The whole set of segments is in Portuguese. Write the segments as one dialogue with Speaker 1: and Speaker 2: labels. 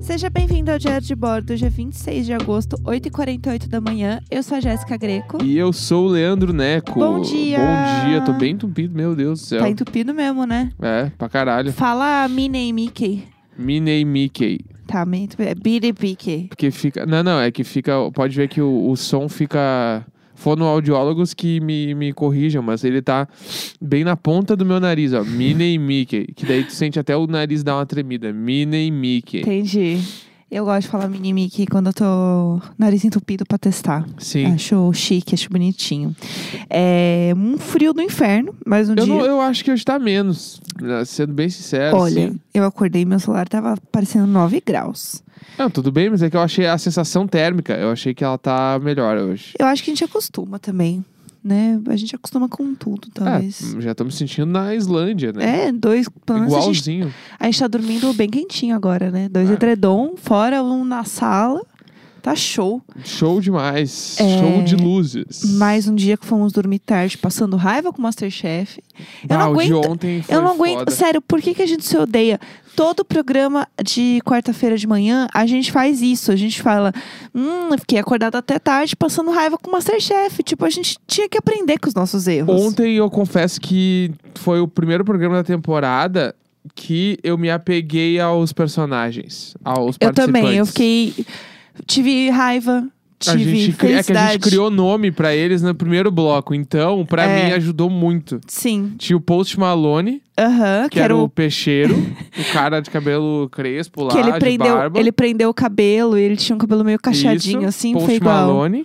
Speaker 1: Seja bem-vindo ao Diário de Bordo, é dia 26 de agosto, 8h48 da manhã. Eu sou a Jéssica Greco.
Speaker 2: E eu sou o Leandro Neco.
Speaker 1: Bom dia!
Speaker 2: Bom dia, tô bem entupido, meu Deus do céu.
Speaker 1: Tá entupido mesmo, né?
Speaker 2: É, pra caralho.
Speaker 1: Fala Minnie e Mickey.
Speaker 2: Minei Mickey.
Speaker 1: Tá, meio entupido. É Billy Pickey.
Speaker 2: Porque fica. Não, não, é que fica. Pode ver que o, o som fica. Fonoaudiólogos que me, me corrijam, mas ele tá bem na ponta do meu nariz, ó. Minei Mickey. Que daí tu sente até o nariz dar uma tremida. Minei Mickey.
Speaker 1: Entendi. Eu gosto de falar Minnie e Mickey quando eu tô nariz entupido pra testar.
Speaker 2: Sim.
Speaker 1: Acho chique, acho bonitinho. É um frio do inferno, mas um
Speaker 2: Eu,
Speaker 1: dia.
Speaker 2: não, eu acho que hoje tá menos. né, Sendo bem sincero.
Speaker 1: Olha,
Speaker 2: assim.
Speaker 1: eu acordei meu celular tava parecendo 9 graus.
Speaker 2: Não, tudo bem, mas é que eu achei a sensação térmica. Eu achei que ela tá melhor hoje.
Speaker 1: Eu acho que a gente acostuma também, né? A gente acostuma com tudo, talvez.
Speaker 2: É, já tô me sentindo na Islândia, né?
Speaker 1: É, dois. Pelo menos a gente,
Speaker 2: Igualzinho.
Speaker 1: a gente tá dormindo bem quentinho agora, né? Dois
Speaker 2: É.
Speaker 1: edredom, fora um na sala. Tá show.
Speaker 2: Show demais.
Speaker 1: É,
Speaker 2: Show de luzes.
Speaker 1: Mais um dia que fomos dormir tarde, passando raiva com o Masterchef. Eu
Speaker 2: Bah,
Speaker 1: não
Speaker 2: Ah, o de
Speaker 1: aguento.
Speaker 2: ontem foi
Speaker 1: Eu não aguento.
Speaker 2: foda.
Speaker 1: Sério, por que, que a gente se odeia? Todo programa de quarta-feira de manhã, a gente faz isso. A gente fala, hum, eu fiquei acordada até tarde passando raiva com o Masterchef. Tipo, a gente tinha que aprender com os nossos erros.
Speaker 2: Ontem eu confesso que foi o primeiro programa da temporada que eu me apeguei aos personagens, aos
Speaker 1: eu
Speaker 2: participantes.
Speaker 1: também, eu fiquei. Tive raiva,
Speaker 2: A
Speaker 1: tive
Speaker 2: gente, cri- é
Speaker 1: felicidade.
Speaker 2: que a gente criou nome pra eles no primeiro bloco, então pra
Speaker 1: É.
Speaker 2: mim ajudou muito.
Speaker 1: Sim.
Speaker 2: Tinha o Post Malone,
Speaker 1: Aham,
Speaker 2: que era o
Speaker 1: quero.
Speaker 2: peixeiro, o cara de cabelo crespo lá,
Speaker 1: Que ele
Speaker 2: de
Speaker 1: prendeu,
Speaker 2: barba.
Speaker 1: ele prendeu o cabelo e ele tinha um cabelo meio cacheadinho,
Speaker 2: Isso,
Speaker 1: assim,
Speaker 2: Post
Speaker 1: foi igual.
Speaker 2: Malone.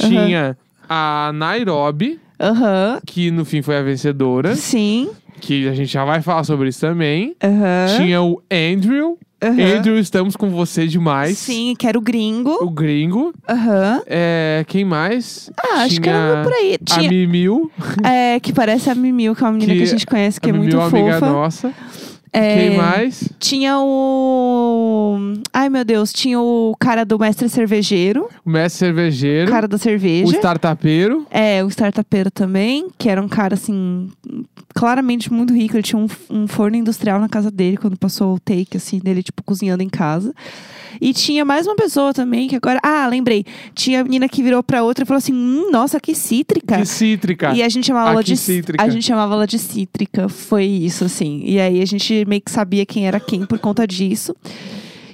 Speaker 1: Aham.
Speaker 2: Tinha a Nairobi,
Speaker 1: Aham.
Speaker 2: que no fim foi a vencedora,
Speaker 1: Sim.
Speaker 2: que a gente já vai falar sobre isso também.
Speaker 1: Aham.
Speaker 2: Tinha o Andrew.
Speaker 1: aham.
Speaker 2: Andrew, estamos com você demais.
Speaker 1: Sim, quero gringo.
Speaker 2: O gringo.
Speaker 1: Aham.
Speaker 2: É, quem mais?
Speaker 1: Ah, acho que
Speaker 2: Tinha
Speaker 1: era por aí.
Speaker 2: A
Speaker 1: Tinha,
Speaker 2: Mimil,
Speaker 1: é, que parece a Mimil, que é uma menina que,
Speaker 2: Que
Speaker 1: a gente conhece, que
Speaker 2: a
Speaker 1: é muito
Speaker 2: Mimil, amiga
Speaker 1: fofa.
Speaker 2: nossa.
Speaker 1: É,
Speaker 2: Quem mais?
Speaker 1: Tinha o. Ai, meu Deus, tinha o cara do mestre cervejeiro,
Speaker 2: O mestre
Speaker 1: o
Speaker 2: cervejeiro.
Speaker 1: cara da
Speaker 2: o
Speaker 1: cerveja.
Speaker 2: startupeiro.
Speaker 1: É, o startupeiro também, que era um cara, assim, claramente muito rico. Ele tinha um, um forno industrial na casa dele quando passou o take, assim, dele, tipo, cozinhando em casa. E tinha mais uma pessoa também, que agora. Ah, lembrei. Tinha a menina que virou pra outra e falou assim: hum, nossa, que cítrica.
Speaker 2: Que cítrica.
Speaker 1: E a gente chamava ela
Speaker 2: Aqui,
Speaker 1: de
Speaker 2: cítrica.
Speaker 1: A gente chamava ela de cítrica. Foi isso, assim. E aí a gente meio que sabia quem era quem por conta disso.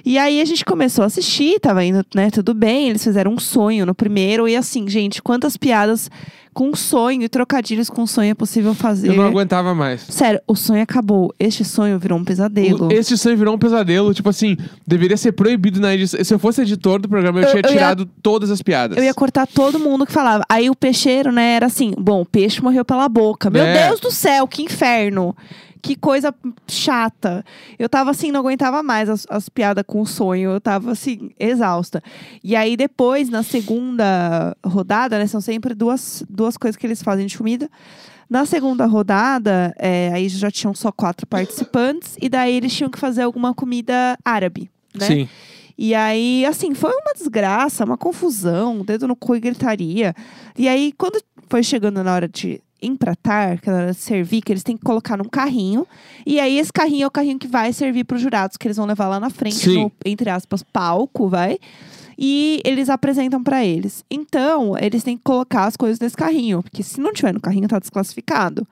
Speaker 1: E aí a gente começou a assistir, tava indo, né, tudo bem. Eles fizeram um sonho no primeiro. E assim, gente, quantas piadas com sonho e trocadilhos com sonho é possível fazer.
Speaker 2: Eu não aguentava mais.
Speaker 1: Sério, o sonho acabou. Este sonho virou um pesadelo.
Speaker 2: O- Esse sonho virou um pesadelo. Tipo assim, deveria ser proibido na edição. Se eu fosse editor do programa, eu,
Speaker 1: Eu-
Speaker 2: tinha
Speaker 1: eu ia-
Speaker 2: tirado todas as piadas.
Speaker 1: Eu ia cortar todo mundo que falava. Aí o peixeiro, né, era assim: bom, o peixe morreu pela boca. Meu
Speaker 2: É.
Speaker 1: Deus do céu, que inferno. Que coisa chata. Eu tava assim, não aguentava mais as, as piadas com o sonho. Eu tava assim, exausta. E aí depois, na segunda rodada, né, são sempre duas, duas coisas que eles fazem de comida. Na segunda rodada, é, aí já tinham só quatro participantes. E daí eles tinham que fazer alguma comida árabe, né?
Speaker 2: Sim.
Speaker 1: E aí, assim, foi uma desgraça, uma confusão, um dedo no cu e gritaria. E aí, quando foi chegando na hora de empratar, que é na hora de servir, que eles têm que colocar num carrinho. E aí, esse carrinho é o carrinho que vai servir para os jurados, que eles vão levar lá na frente,
Speaker 2: Sim.
Speaker 1: no, entre aspas, palco, vai. E eles apresentam para eles. Então, eles têm que colocar as coisas nesse carrinho, porque se não tiver no carrinho, tá desclassificado.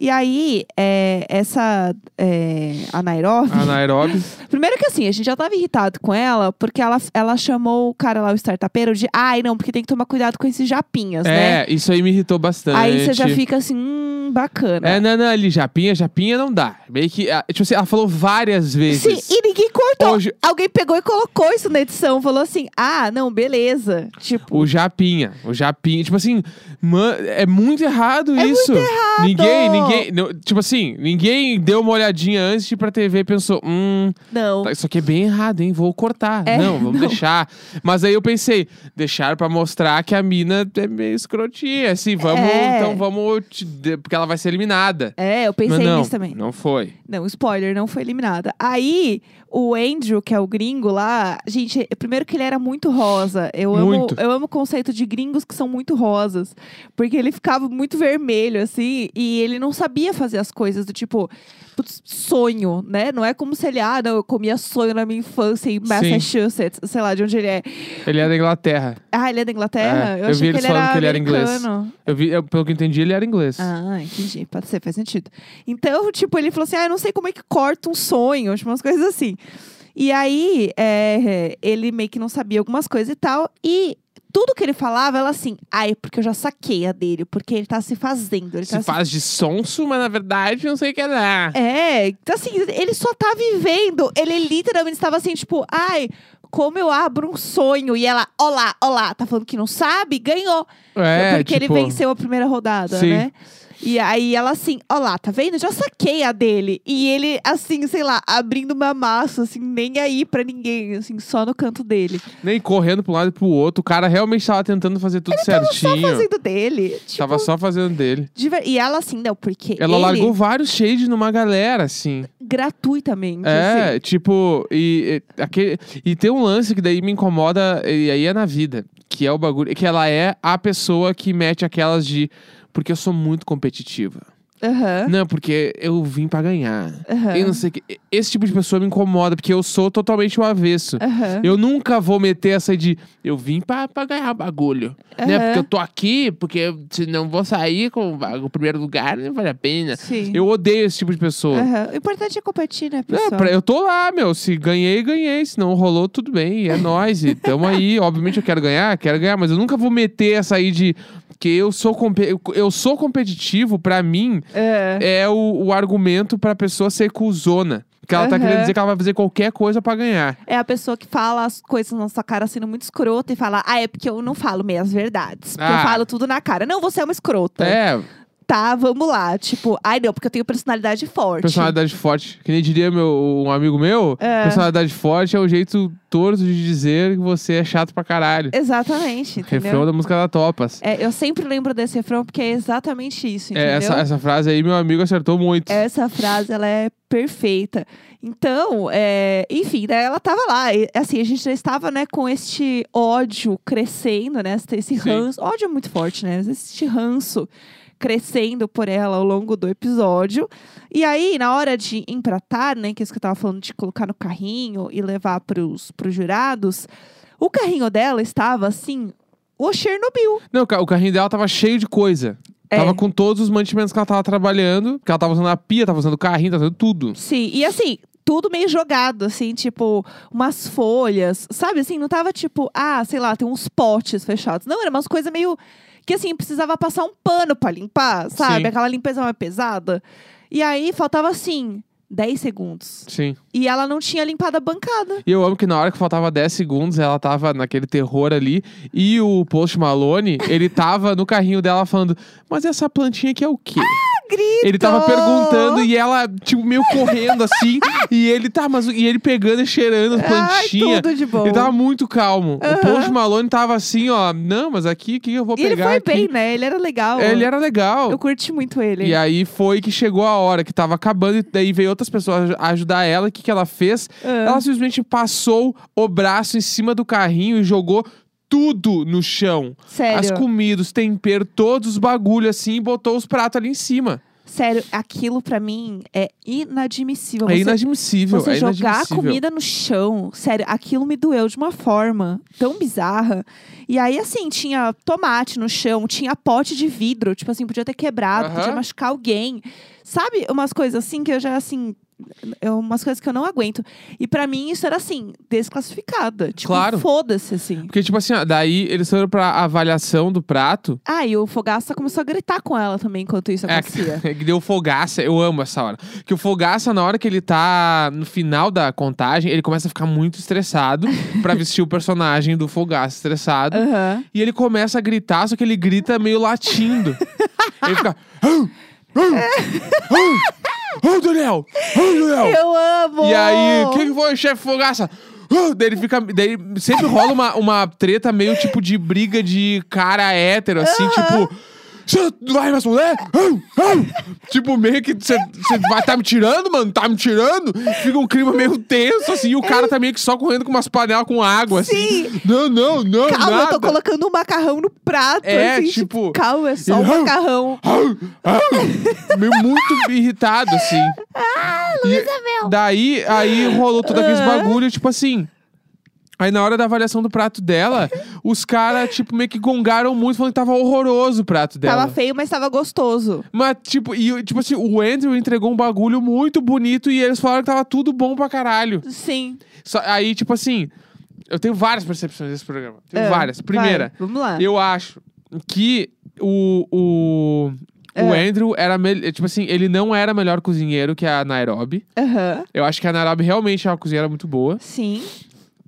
Speaker 1: E aí, é, essa. É, a Nairobi.
Speaker 2: A Nairobi.
Speaker 1: Primeiro que assim, a gente já tava irritado com ela, porque ela, ela chamou o cara lá, o startupeiro, de ai não, porque tem que tomar cuidado com esses japinhas, né?
Speaker 2: é, isso aí me irritou bastante.
Speaker 1: Aí você já fica assim, hum, bacana.
Speaker 2: É, não, não, ali, Japinha, Japinha não dá. Meio que. ah, Tipo assim, ela falou várias
Speaker 1: Sim,
Speaker 2: vezes.
Speaker 1: e ninguém cortou.
Speaker 2: É, Hoje-
Speaker 1: Alguém pegou e colocou isso na edição, falou assim, ah, não, beleza. Tipo,
Speaker 2: O Japinha, o Japinha, tipo assim, man, é muito errado isso. Muito errado. Ninguém, ninguém, não, tipo assim, ninguém deu uma olhadinha antes tipo, de ir pra TV e pensou, hum,
Speaker 1: não.
Speaker 2: tá, isso aqui é bem errado, hein? Vou cortar.
Speaker 1: É,
Speaker 2: não, vamos
Speaker 1: não.
Speaker 2: deixar. Mas aí eu pensei, deixaram pra mostrar que a mina é meio escrotinha, assim, vamos,
Speaker 1: É.
Speaker 2: então vamos te- de- porque ela vai ser eliminada.
Speaker 1: É, eu
Speaker 2: Mas
Speaker 1: pensei
Speaker 2: não,
Speaker 1: nisso também.
Speaker 2: Não foi.
Speaker 1: Não, spoiler, não foi eliminada. Aí, o, o Andrew, que é o gringo lá, gente, primeiro que ele era muito rosa. Eu amo,
Speaker 2: Muito.
Speaker 1: eu amo o conceito de gringos que são muito rosas. Porque ele ficava muito vermelho, assim, e ele não sabia fazer as coisas do tipo, putz, sonho, né? Não é como se ele, ah, não, eu comia sonho na minha infância em Massachusetts, sei lá de onde ele é.
Speaker 2: Ele era da Inglaterra.
Speaker 1: Ah, ele é da Inglaterra?
Speaker 2: É,
Speaker 1: eu
Speaker 2: eu
Speaker 1: achei
Speaker 2: vi eles
Speaker 1: que ele
Speaker 2: falando
Speaker 1: era
Speaker 2: que ele era inglês.
Speaker 1: americano.
Speaker 2: Eu vi, eu- pelo que eu entendi, ele era inglês.
Speaker 1: Ah, entendi. Pode ser, faz sentido. Então, tipo, ele falou assim: ah, eu não sei como é que corta um sonho, tipo, umas coisas assim. E aí, é, ele meio que não sabia algumas coisas e tal. E tudo que ele falava, ela assim, ai, porque eu já saquei a dele, porque ele tá se fazendo. Ele tá
Speaker 2: Se faz né? de sonso, mas na verdade não sei o que é. lá.
Speaker 1: É, então assim, ele só tá vivendo. Ele literalmente estava assim, tipo, ai, como eu abro um sonho. E ela, olá, olá, tá falando que não sabe, ganhou.
Speaker 2: É,
Speaker 1: porque
Speaker 2: tipo,
Speaker 1: ele venceu a primeira rodada,
Speaker 2: Sim.
Speaker 1: né? E aí ela assim, ó lá, tá vendo? Já saquei a dele. E ele, assim, sei lá, abrindo uma massa, assim, nem aí pra ninguém, assim, só no canto dele.
Speaker 2: Nem correndo pra um lado e pro outro. O cara realmente tava tentando fazer tudo certinho.
Speaker 1: Fazendo dele. Tipo,
Speaker 2: Tava só fazendo dele.
Speaker 1: diver- E ela assim, não, porque
Speaker 2: Ela
Speaker 1: ele,
Speaker 2: largou vários shades numa galera, assim.
Speaker 1: gratuitamente, assim.
Speaker 2: É, tipo, e, e, aquele, e tem um lance que daí me incomoda, e aí é na vida, que é o bagulho, que ela é a pessoa que mete aquelas de. Porque eu sou muito competitiva.
Speaker 1: Aham,
Speaker 2: Não, porque eu vim pra ganhar.
Speaker 1: Aham.
Speaker 2: Eu não sei o que. Esse tipo de pessoa me incomoda, porque eu sou totalmente o avesso.
Speaker 1: aham.
Speaker 2: Eu nunca vou meter essa de eu vim pra, pra ganhar bagulho. Né?
Speaker 1: Aham.
Speaker 2: Porque eu tô aqui, porque eu- se não vou sair com o ba- o primeiro lugar, não vale a pena.
Speaker 1: Sim.
Speaker 2: Eu odeio esse tipo de pessoa.
Speaker 1: Aham. O importante é competir, né,
Speaker 2: Não,
Speaker 1: pessoal?
Speaker 2: pra- eu tô lá, meu. Se ganhei, ganhei. Se não rolou, tudo bem. e É nóis. E tamo aí. Obviamente eu quero ganhar, quero ganhar, mas eu nunca vou meter essa aí de que eu sou, compe- eu- eu sou competitivo, pra mim,
Speaker 1: É.
Speaker 2: é o, o argumento pra pessoa ser cuzona. Que ela tá
Speaker 1: Aham.
Speaker 2: querendo dizer que ela vai fazer qualquer coisa pra ganhar.
Speaker 1: É a pessoa que fala as coisas na sua cara sendo muito escrota e fala, ah, é porque eu não falo meias verdades. Porque
Speaker 2: Ah.
Speaker 1: eu falo tudo na cara. Não, você é uma escrota.
Speaker 2: É,
Speaker 1: Tá, vamos lá. Tipo, ai não, porque eu tenho personalidade forte.
Speaker 2: personalidade forte. Que nem diria meu, um amigo meu,
Speaker 1: É.
Speaker 2: personalidade forte é o jeito torto de dizer que você é chato pra caralho.
Speaker 1: Exatamente,
Speaker 2: Refrão
Speaker 1: É, entendeu?
Speaker 2: da música da Topas.
Speaker 1: É, eu sempre lembro desse refrão porque é exatamente isso, entendeu?
Speaker 2: É, essa, essa frase aí, meu amigo acertou muito.
Speaker 1: Essa frase, ela é perfeita. Então, é, enfim, né, ela tava lá. E, assim, a gente já estava, né, com este ódio crescendo, né? Esse esse
Speaker 2: Sim.
Speaker 1: ranço. Ódio é muito forte, né? mas Este ranço crescendo por ela ao longo do episódio. E aí, na hora de empratar, né? Que é isso que eu tava falando, de colocar no carrinho e levar pros, pros jurados. O carrinho dela estava, assim, o Chernobyl.
Speaker 2: Não, o ca- o carrinho dela tava cheio de coisa.
Speaker 1: É.
Speaker 2: Tava com todos os mantimentos que ela tava trabalhando. Que ela tava usando a pia, tava usando o carrinho, tava usando tudo.
Speaker 1: Sim, e assim, tudo meio jogado, assim, tipo, umas folhas, sabe? Assim, não tava tipo, ah, sei lá, tem uns potes fechados. Não, era umas coisas meio. que assim, precisava passar um pano pra limpar, sabe?
Speaker 2: Sim.
Speaker 1: Aquela limpeza mais pesada. E aí faltava assim. 10 segundos.
Speaker 2: Sim.
Speaker 1: E ela não tinha limpado a bancada.
Speaker 2: E eu amo que na hora que faltava 10 segundos, ela tava naquele terror ali. E o Post Malone, ele tava no carrinho dela falando: Mas essa plantinha aqui é o quê?
Speaker 1: Grito!
Speaker 2: Ele tava perguntando e ela, tipo, meio correndo assim. e ele, tá, mas. o-" E ele pegando e cheirando as
Speaker 1: Ai,
Speaker 2: plantinhas.
Speaker 1: tudo de bom.
Speaker 2: Ele tava muito calmo. O Post Malone tava assim, ó. Não, mas aqui, o que eu vou
Speaker 1: E ele
Speaker 2: pegar?
Speaker 1: foi
Speaker 2: aqui?"
Speaker 1: bem, né? Ele era legal.
Speaker 2: Ele era legal.
Speaker 1: Eu curti muito ele.
Speaker 2: E aí foi que chegou a hora que tava acabando, e daí veio outras pessoas aj- ajudar ela. O que, que ela fez?
Speaker 1: Ah.
Speaker 2: Ela simplesmente passou o braço em cima do carrinho e jogou tudo no chão.
Speaker 1: Sério.
Speaker 2: As comidas, tempero, todos os bagulhos assim, e botou os pratos ali em cima.
Speaker 1: Sério, aquilo pra mim é inadmissível.
Speaker 2: é
Speaker 1: Então Você
Speaker 2: inadmissível.
Speaker 1: Você
Speaker 2: é
Speaker 1: jogar a
Speaker 2: inadmissível.
Speaker 1: comida no chão, sério, aquilo me doeu de uma forma tão bizarra. E aí, assim, tinha tomate no chão, tinha pote de vidro, tipo assim, podia ter quebrado,
Speaker 2: Aham.
Speaker 1: podia machucar alguém. Sabe, umas coisas assim que eu já, assim, é umas coisas que eu não aguento. E pra mim, isso era, assim, desclassificada. Tipo,
Speaker 2: Claro.
Speaker 1: foda-se, assim.
Speaker 2: Porque, tipo assim, ó, daí eles foram pra avaliação do prato.
Speaker 1: Ah, e o Fogaça começou a gritar com ela também enquanto isso
Speaker 2: É,
Speaker 1: acontecia.
Speaker 2: que deu fogaça, eu amo essa hora. Que o fogaça, na hora que ele tá no final da contagem, ele começa a ficar muito estressado pra vestir o personagem do fogaça estressado.
Speaker 1: Aham.
Speaker 2: E ele começa a gritar, só que ele grita meio latindo. ele fica. Ô, Daniel! Ô, Daniel!
Speaker 1: Eu amo!
Speaker 2: E aí, o que, que foi, chefe Fogaça? Ah, daí ele fica. Daí sempre rola uma, uma treta meio tipo de briga de cara hétero, assim, tipo. Você não vai me responder? Au, au. tipo, meio que você você vai tá me tirando, mano? Tá me tirando? Fica um clima meio tenso, assim, e o cara tá meio que só correndo com umas panelas com água, assim.
Speaker 1: Sim.
Speaker 2: Não, não, não,
Speaker 1: Calma,
Speaker 2: nada.
Speaker 1: eu tô colocando um macarrão no prato.
Speaker 2: É,
Speaker 1: assim,
Speaker 2: tipo-
Speaker 1: Calma, é só um
Speaker 2: Ele-
Speaker 1: macarrão.
Speaker 2: Au, au. Meio muito irritado, assim.
Speaker 1: Ah,
Speaker 2: E daí, aí rolou todo aquele bagulho, tipo assim. Aí na hora da avaliação do prato dela, os caras, tipo, meio que gongaram muito, falando que tava horroroso o prato dela.
Speaker 1: Tava feio, mas tava gostoso.
Speaker 2: Mas, tipo, e, tipo assim, o Andrew entregou um bagulho muito bonito e eles falaram que tava tudo bom pra caralho.
Speaker 1: Sim.
Speaker 2: Só- aí, tipo assim, eu tenho várias percepções desse programa. Tenho
Speaker 1: Ah,
Speaker 2: várias. Primeira,
Speaker 1: vai, vamos lá.
Speaker 2: eu acho que o. o... O
Speaker 1: É.
Speaker 2: Andrew era, mel- tipo assim, ele não era melhor cozinheiro que a Nairobi.
Speaker 1: Aham.
Speaker 2: Eu acho que a Nairobi realmente é uma cozinheira muito boa.
Speaker 1: Sim.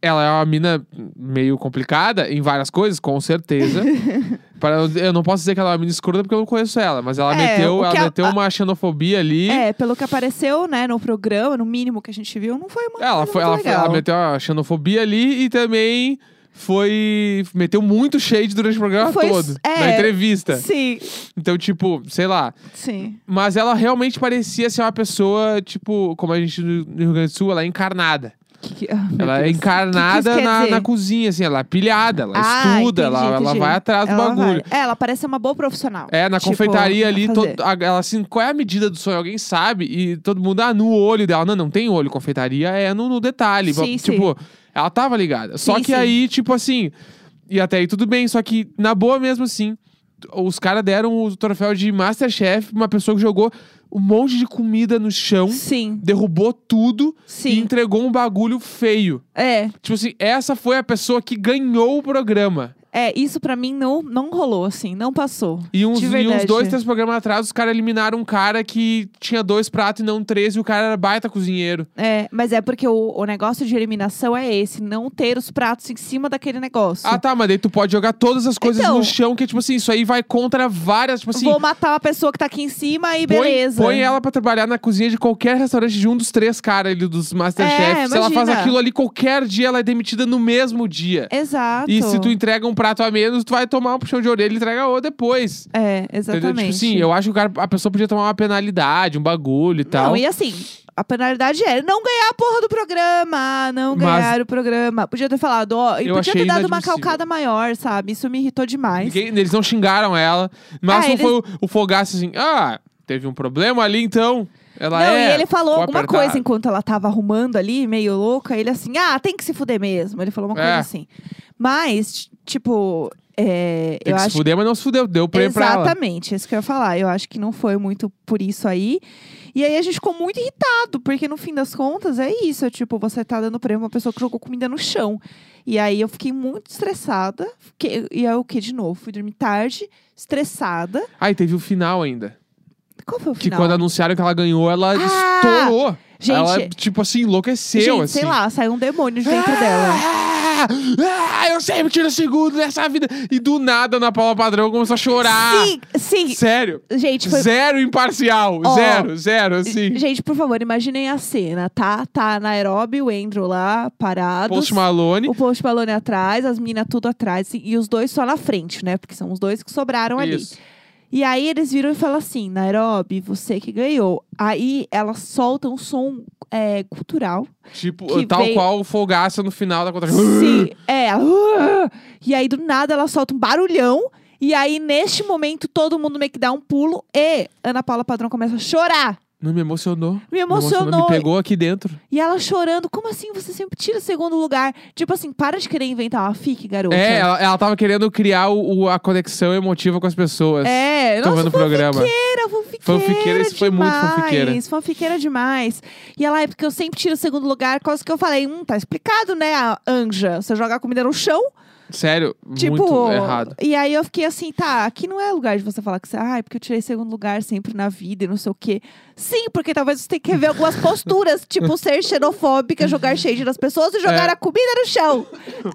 Speaker 2: Ela é uma mina meio complicada em várias coisas, com certeza. Para, eu não posso dizer que ela é uma mina escrota porque eu não conheço ela, mas ela
Speaker 1: É,
Speaker 2: meteu,
Speaker 1: o
Speaker 2: ela
Speaker 1: que a-
Speaker 2: meteu
Speaker 1: a-
Speaker 2: uma xenofobia ali.
Speaker 1: É, pelo que apareceu, né, no programa, no mínimo que a gente viu, não foi muito,
Speaker 2: Ela,
Speaker 1: muito
Speaker 2: foi, ela, foi-
Speaker 1: legal.
Speaker 2: ela meteu uma xenofobia ali e também foi. meteu muito shade durante o programa
Speaker 1: Foi-
Speaker 2: todo.
Speaker 1: é.
Speaker 2: Na entrevista.
Speaker 1: Sim,
Speaker 2: Então, tipo, sei lá.
Speaker 1: sim.
Speaker 2: Mas ela realmente parecia ser uma pessoa, tipo, como a gente no no Rio Grande do Sul, ela é encarnada.
Speaker 1: Que que- ah, meu
Speaker 2: Ela é
Speaker 1: Deus. Que
Speaker 2: encarnada
Speaker 1: que isso quer
Speaker 2: na,
Speaker 1: dizer?
Speaker 2: na cozinha, assim, ela é pilhada, ela
Speaker 1: Ah,
Speaker 2: estuda, ela,
Speaker 1: entendi,
Speaker 2: ela
Speaker 1: entendi.
Speaker 2: vai atrás do
Speaker 1: Ela
Speaker 2: bagulho.
Speaker 1: vai. É, ela parece ser uma boa profissional.
Speaker 2: É, na
Speaker 1: Tipo,
Speaker 2: confeitaria
Speaker 1: vai
Speaker 2: ali, to-
Speaker 1: fazer.
Speaker 2: a- ela assim, qual é a medida do sonho? Alguém sabe? E todo mundo, ah, no olho dela. Não, não tem olho, confeitaria é no, no detalhe.
Speaker 1: Sim,
Speaker 2: tipo, ela tava ligada. Só
Speaker 1: Sim,
Speaker 2: que
Speaker 1: sim.
Speaker 2: aí, tipo assim, e até aí tudo bem, só que na boa mesmo assim, os caras deram o troféu de Masterchef pra uma pessoa que jogou um monte de comida no chão,
Speaker 1: Sim,
Speaker 2: derrubou tudo e
Speaker 1: sim.
Speaker 2: entregou um bagulho feio.
Speaker 1: É,
Speaker 2: Tipo assim, essa foi a pessoa que ganhou o programa.
Speaker 1: é, isso pra mim não, não rolou, assim, não passou.
Speaker 2: E uns,
Speaker 1: De
Speaker 2: e uns
Speaker 1: verdade.
Speaker 2: dois, três programas atrás, os caras eliminaram um cara que tinha dois pratos e não três, e o cara era baita cozinheiro.
Speaker 1: É, mas é porque o, o negócio de eliminação é esse, não ter os pratos em cima daquele negócio.
Speaker 2: Ah, tá, mas daí tu pode jogar todas as coisas
Speaker 1: Então.
Speaker 2: no chão, que, tipo assim, isso aí vai contra várias, tipo assim.
Speaker 1: Vou matar uma pessoa que tá aqui em cima e
Speaker 2: põe-
Speaker 1: beleza.
Speaker 2: Põe, ela pra trabalhar na cozinha de qualquer restaurante de um dos três caras ali dos Masterchef.
Speaker 1: É,
Speaker 2: Se ela faz
Speaker 1: imagina.
Speaker 2: aquilo ali qualquer dia, ela é demitida no mesmo dia.
Speaker 1: Exato.
Speaker 2: E se tu entrega um prato a menos, tu vai tomar um puxão de orelha e entrega outro depois.
Speaker 1: É,
Speaker 2: Entendeu?
Speaker 1: exatamente.
Speaker 2: Tipo assim, eu acho que o cara, a pessoa podia tomar uma penalidade, um bagulho e tal.
Speaker 1: Não, e assim, a penalidade era não ganhar a porra do programa, não
Speaker 2: Mas-
Speaker 1: ganhar o programa. Podia ter falado, ó, e
Speaker 2: Eu
Speaker 1: podia
Speaker 2: achei
Speaker 1: ter dado uma
Speaker 2: inadmissível.
Speaker 1: calcada maior, sabe? Isso me irritou demais.
Speaker 2: Ninguém- eles não xingaram ela. Mas
Speaker 1: É,
Speaker 2: não
Speaker 1: eles-
Speaker 2: foi o, o Fogaço assim, ah, teve um problema ali, então. Ela
Speaker 1: não,
Speaker 2: é.
Speaker 1: e ele falou
Speaker 2: ficou
Speaker 1: alguma
Speaker 2: apertada."
Speaker 1: coisa enquanto ela tava arrumando ali, meio louca. Ele assim, ah, tem que se fuder mesmo. Ele falou uma
Speaker 2: É.
Speaker 1: coisa assim. Mas, t- tipo, é,
Speaker 2: Tem
Speaker 1: eu
Speaker 2: que se
Speaker 1: acho
Speaker 2: fuder, mas não se fudeu. Deu prêmio pra ela.
Speaker 1: Exatamente, isso que eu ia falar. Eu acho que não foi muito por isso aí. E aí a gente ficou muito irritado, porque no fim das contas é isso. É tipo, você tá dando prêmio a uma pessoa que jogou comida no chão. E aí eu fiquei muito estressada. Fiquei, e aí o que de novo? Fui dormir tarde, estressada.
Speaker 2: Ah, e teve o final ainda.
Speaker 1: Qual foi o
Speaker 2: Que
Speaker 1: final? Ah!
Speaker 2: quando anunciaram que ela ganhou, ela estourou.
Speaker 1: Gente-
Speaker 2: ela, tipo assim, enlouqueceu,
Speaker 1: Gente,
Speaker 2: assim.
Speaker 1: sei lá, saiu um demônio de dentro dela. né?
Speaker 2: Ah, ah, eu sempre tiro segundo nessa vida. E do nada, na Paula Padrão começou a chorar.
Speaker 1: Sim, sim.
Speaker 2: Sério.
Speaker 1: Gente, foi
Speaker 2: Zero imparcial.
Speaker 1: Ó.
Speaker 2: Zero, zero, assim.
Speaker 1: Gente, por favor, imaginem a cena, tá? Tá a Nairobi, o Andrew lá, parados.
Speaker 2: Post Malone.
Speaker 1: O Post Malone atrás, as meninas tudo atrás e os dois só na frente, né? Porque são os dois que sobraram
Speaker 2: Isso.
Speaker 1: ali. E aí eles viram e falam assim: Nairobi, você que ganhou. Aí elas soltam um som é, cultural.
Speaker 2: Tipo,
Speaker 1: que
Speaker 2: tal
Speaker 1: veio-
Speaker 2: qual o Fogaça no final da contra.
Speaker 1: Sim, é. ela- E aí do nada ela solta um barulhão. E aí, neste momento, todo mundo meio que dá um pulo e Ana Paula Padrão começa a chorar.
Speaker 2: Não me emocionou.
Speaker 1: Me
Speaker 2: Me
Speaker 1: emocionou.
Speaker 2: Me pegou aqui dentro.
Speaker 1: E ela chorando, como assim você sempre tira o segundo lugar? Tipo assim, para de querer inventar uma fique, garota.
Speaker 2: É, ela, ela tava querendo criar o, o- a conexão emotiva com as pessoas.
Speaker 1: É,
Speaker 2: Tô
Speaker 1: nossa,
Speaker 2: vendo o programa.
Speaker 1: fanfiqueira, fanfiqueira.
Speaker 2: Fanfiqueira, isso foi muito
Speaker 1: demais,
Speaker 2: fanfiqueira.
Speaker 1: fanfiqueira demais. E ela, é porque eu sempre tiro o segundo lugar, quase que eu falei, hum, tá explicado, né, a Anja? Você joga a comida no chão,
Speaker 2: Sério,
Speaker 1: tipo.
Speaker 2: muito errado.
Speaker 1: E aí eu fiquei assim, tá, aqui não é lugar de você falar que você, ah, é porque eu tirei segundo lugar sempre na vida e não sei o quê. Sim, porque talvez você tenha que ver algumas posturas, tipo ser xenofóbica, jogar shade nas pessoas e jogar
Speaker 2: É.
Speaker 1: a comida no chão.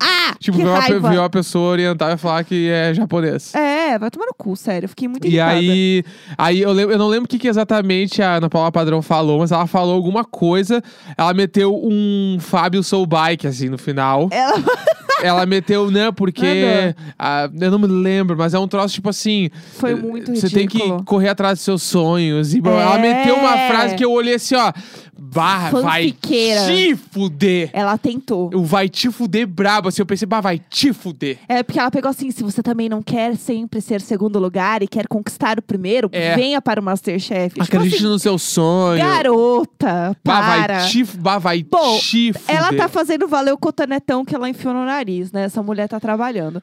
Speaker 1: Ah,
Speaker 2: Tipo,
Speaker 1: que
Speaker 2: viu uma, pe-
Speaker 1: raiva.
Speaker 2: viu uma pessoa oriental e falar que é japonês.
Speaker 1: É, vai tomar no cu, sério. eu Fiquei muito
Speaker 2: E
Speaker 1: irritada.
Speaker 2: aí, aí eu, lem- eu não lembro o que, que exatamente a Ana Paula Padrão falou, mas ela falou alguma coisa. Ela meteu um Fábio Soul Bike, assim, no final.
Speaker 1: Ela-
Speaker 2: Ela meteu, não, amanhã, porque ah, eu não me lembro, mas é um troço tipo assim.
Speaker 1: Foi muito ridículo.
Speaker 2: Você tem que correr atrás dos seus sonhos. E blá, blá, Ela
Speaker 1: É.
Speaker 2: meteu uma frase que eu olhei assim, ó. Barra, vai
Speaker 1: Fanfiqueira.
Speaker 2: te fuder.
Speaker 1: Ela tentou.
Speaker 2: O vai te fuder brabo. Assim, eu pensei, bah, vai te fuder.
Speaker 1: É porque ela pegou assim, se você também não quer sempre ser segundo lugar e quer conquistar o primeiro,
Speaker 2: É.
Speaker 1: venha para o Masterchef. Tipo
Speaker 2: Acredite
Speaker 1: assim,
Speaker 2: no seu sonho.
Speaker 1: garota,
Speaker 2: Bah,
Speaker 1: para.
Speaker 2: Ah, vai te, fu- bah, vai
Speaker 1: Bom,
Speaker 2: te fuder.
Speaker 1: Ela tá fazendo valer o cotonetão que ela enfiou no nariz, né? Essa mulher tá trabalhando.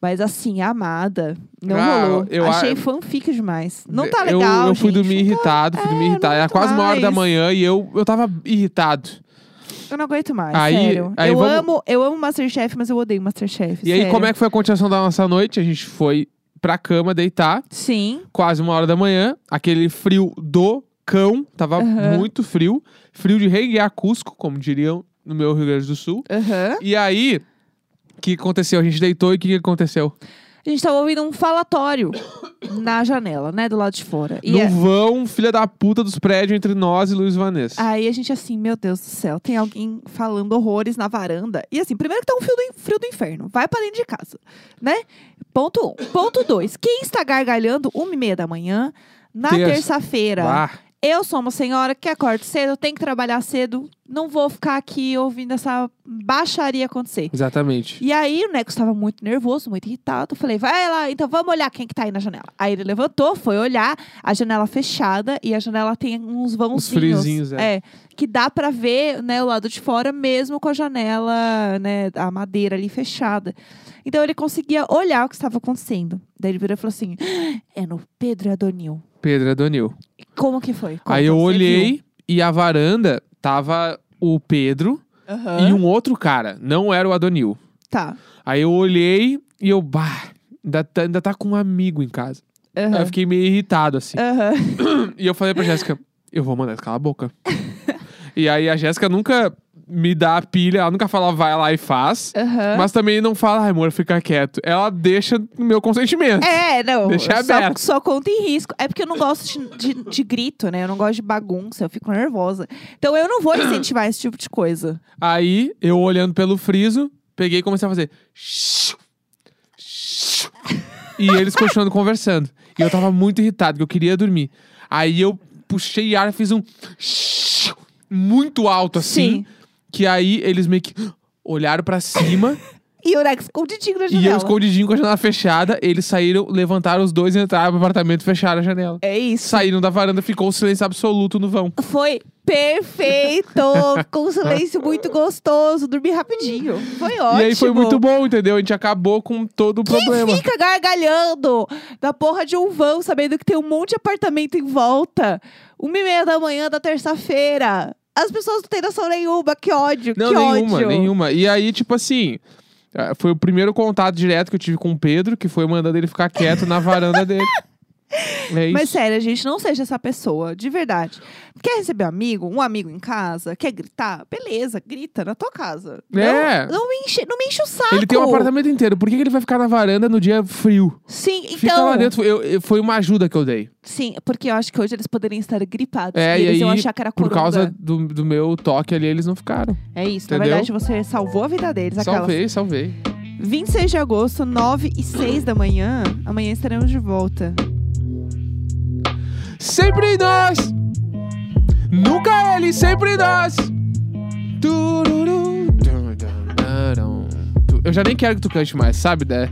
Speaker 1: Mas assim, amada, não
Speaker 2: Ah,
Speaker 1: rolou.
Speaker 2: eu-
Speaker 1: Achei
Speaker 2: eu-
Speaker 1: fanfic demais. Não tá
Speaker 2: Eu-
Speaker 1: legal,
Speaker 2: Eu, fui
Speaker 1: gente.
Speaker 2: dormir irritado, fui dormir irritado. Era
Speaker 1: muito
Speaker 2: quase uma hora da
Speaker 1: mais.
Speaker 2: manhã e eu, eu tava irritado.
Speaker 1: Eu não aguento mais,
Speaker 2: Aí-
Speaker 1: sério.
Speaker 2: aí
Speaker 1: eu,
Speaker 2: vamos-
Speaker 1: amo, eu amo Masterchef, mas eu odeio Masterchef,
Speaker 2: E aí, como é que foi a continuação da nossa noite? A gente foi pra cama deitar,
Speaker 1: Sim,
Speaker 2: quase uma hora da manhã. Aquele frio do cão, tava
Speaker 1: Aham.
Speaker 2: muito frio. Frio de renguear Cusco, como diriam no meu Rio Grande do Sul.
Speaker 1: aham.
Speaker 2: E aí, o que aconteceu? A gente deitou e o que que aconteceu?
Speaker 1: A gente tava ouvindo um falatório na janela, né? Do lado de fora. E
Speaker 2: no
Speaker 1: é-
Speaker 2: vão, filha da puta dos prédios entre nós e Luiz Vanessa.
Speaker 1: aí a gente assim, meu Deus do céu, tem alguém falando horrores na varanda. E assim, primeiro que tá um frio do, in- frio do inferno. Vai pra dentro de casa, né? Ponto um. Ponto dois. Quem está gargalhando uma e meia da manhã na
Speaker 2: Terça.
Speaker 1: terça-feira?
Speaker 2: Bah.
Speaker 1: Eu sou uma senhora que acordo cedo, tenho que trabalhar cedo. Não vou ficar aqui ouvindo essa baixaria acontecer.
Speaker 2: Exatamente.
Speaker 1: E aí o Neco estava muito nervoso, muito irritado. Eu Falei, vai lá, então vamos olhar quem que tá aí na janela. Aí ele levantou, foi olhar, a janela fechada e a janela tem uns vãozinhos.
Speaker 2: frisinhos, é.
Speaker 1: que dá pra ver, né, o lado de fora mesmo com a janela, né, a madeira ali fechada. Então ele conseguia olhar o que estava acontecendo. Daí ele virou e falou assim: "É no Pedro e Adonil".
Speaker 2: Pedro Adonil.
Speaker 1: E Como que foi? Como
Speaker 2: Aí eu
Speaker 1: você viu?
Speaker 2: olhei e a varanda tava o Pedro
Speaker 1: Aham.
Speaker 2: e um outro cara. Não era o Adonil.
Speaker 1: Tá.
Speaker 2: Aí eu olhei e eu, bah, ainda tá, ainda tá com um amigo em casa. Aí eu
Speaker 1: Aham.
Speaker 2: fiquei meio irritado assim.
Speaker 1: Aham.
Speaker 2: E eu falei pra Jéssica, eu vou mandar ele calar a boca. e aí a Jéssica nunca me dá a pilha, ela nunca fala vai lá e faz.
Speaker 1: Aham.
Speaker 2: Mas também não fala, ai amor, fica quieto. Ela deixa o meu consentimento.
Speaker 1: É, não.
Speaker 2: Deixar
Speaker 1: só,
Speaker 2: aberto.
Speaker 1: só conta em risco. É porque eu não gosto de, de- de grito, né? Eu não gosto de bagunça, eu fico nervosa. Então eu não vou incentivar esse tipo de coisa.
Speaker 2: Aí, eu olhando pelo friso, peguei e comecei a fazer. E eles continuando conversando. E eu tava muito irritado, que eu queria dormir. Aí eu puxei ar e fiz um. Muito alto assim.
Speaker 1: Sim.
Speaker 2: Que aí eles meio que olharam pra cima
Speaker 1: E né, o Rex escondidinho na
Speaker 2: e eu
Speaker 1: janela.
Speaker 2: escondidinho com a janela fechada. Eles saíram, levantaram os dois, entraram pro apartamento e fecharam a janela.
Speaker 1: É isso.
Speaker 2: Saíram da varanda, ficou o silêncio absoluto no vão.
Speaker 1: Foi perfeito! com um silêncio muito gostoso. Dormi rapidinho. Foi ótimo.
Speaker 2: E aí foi muito bom, entendeu? A gente acabou com todo o problema.
Speaker 1: Quem fica gargalhando da porra de um vão, sabendo que tem um monte de apartamento em volta? Uma e meia da manhã da terça-feira. As pessoas não têm noção nenhuma. Que ódio,
Speaker 2: Não,
Speaker 1: que
Speaker 2: nenhuma,
Speaker 1: ódio.
Speaker 2: nenhuma. E aí, tipo assim, ah, foi o primeiro contato direto que eu tive com o Pedro, que foi mandando ele ficar quieto na varanda dele. É isso.
Speaker 1: Mas sério, gente, não seja essa pessoa, de verdade. Quer receber um amigo, um amigo em casa, quer gritar? Beleza, grita na tua casa.
Speaker 2: É.
Speaker 1: Não, não, me enche, não me enche o saco.
Speaker 2: ele tem um apartamento inteiro. Por que, que ele vai ficar na varanda no dia frio?
Speaker 1: Sim,
Speaker 2: Fica lá
Speaker 1: então.
Speaker 2: dentro. Eu- eu- foi uma ajuda que eu dei.
Speaker 1: Sim, porque eu acho que hoje eles poderiam estar gripados.
Speaker 2: É,
Speaker 1: e
Speaker 2: e
Speaker 1: eles iam
Speaker 2: aí,
Speaker 1: achar que era
Speaker 2: Por
Speaker 1: coronga.
Speaker 2: causa do, do meu toque ali, eles não ficaram.
Speaker 1: É isso, na
Speaker 2: Entendeu?
Speaker 1: verdade você salvou a vida deles. Aquelas.
Speaker 2: Salvei, salvei.
Speaker 1: 26 de agosto, 9 e 6 da manhã. Amanhã estaremos de volta.
Speaker 2: Sempre nós! Nunca ele, sempre nós! Tururu. Tum, tum, tarum. Tu- Eu já nem quero que tu cante mais, sabe, né?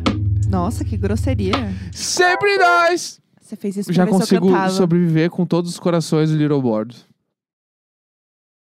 Speaker 1: Nossa, que grosseria.
Speaker 2: Sempre nós!
Speaker 1: Você fez isso pra
Speaker 2: Já
Speaker 1: ver se eu
Speaker 2: consigo
Speaker 1: cantava.
Speaker 2: sobreviver com todos os corações do Little Board.